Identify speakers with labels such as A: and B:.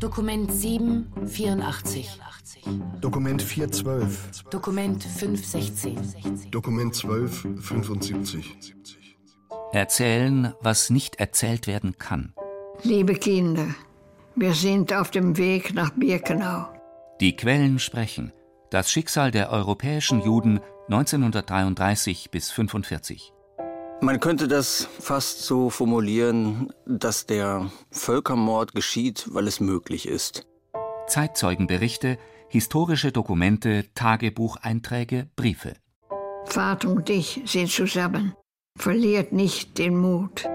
A: Dokument 784.
B: Dokument 412.
A: Dokument 516.
C: Dokument 1275.
D: Erzählen, was nicht erzählt werden kann.
E: Liebe Kinder, wir sind auf dem Weg nach Birkenau.
D: Die Quellen sprechen. Das Schicksal der europäischen Juden 1933 bis 45.
F: Man könnte das fast so formulieren, dass der Völkermord geschieht, weil es möglich ist.
D: Zeitzeugenberichte, historische Dokumente, Tagebucheinträge, Briefe.
E: Vater und ich sind zusammen. Verliert nicht den Mut.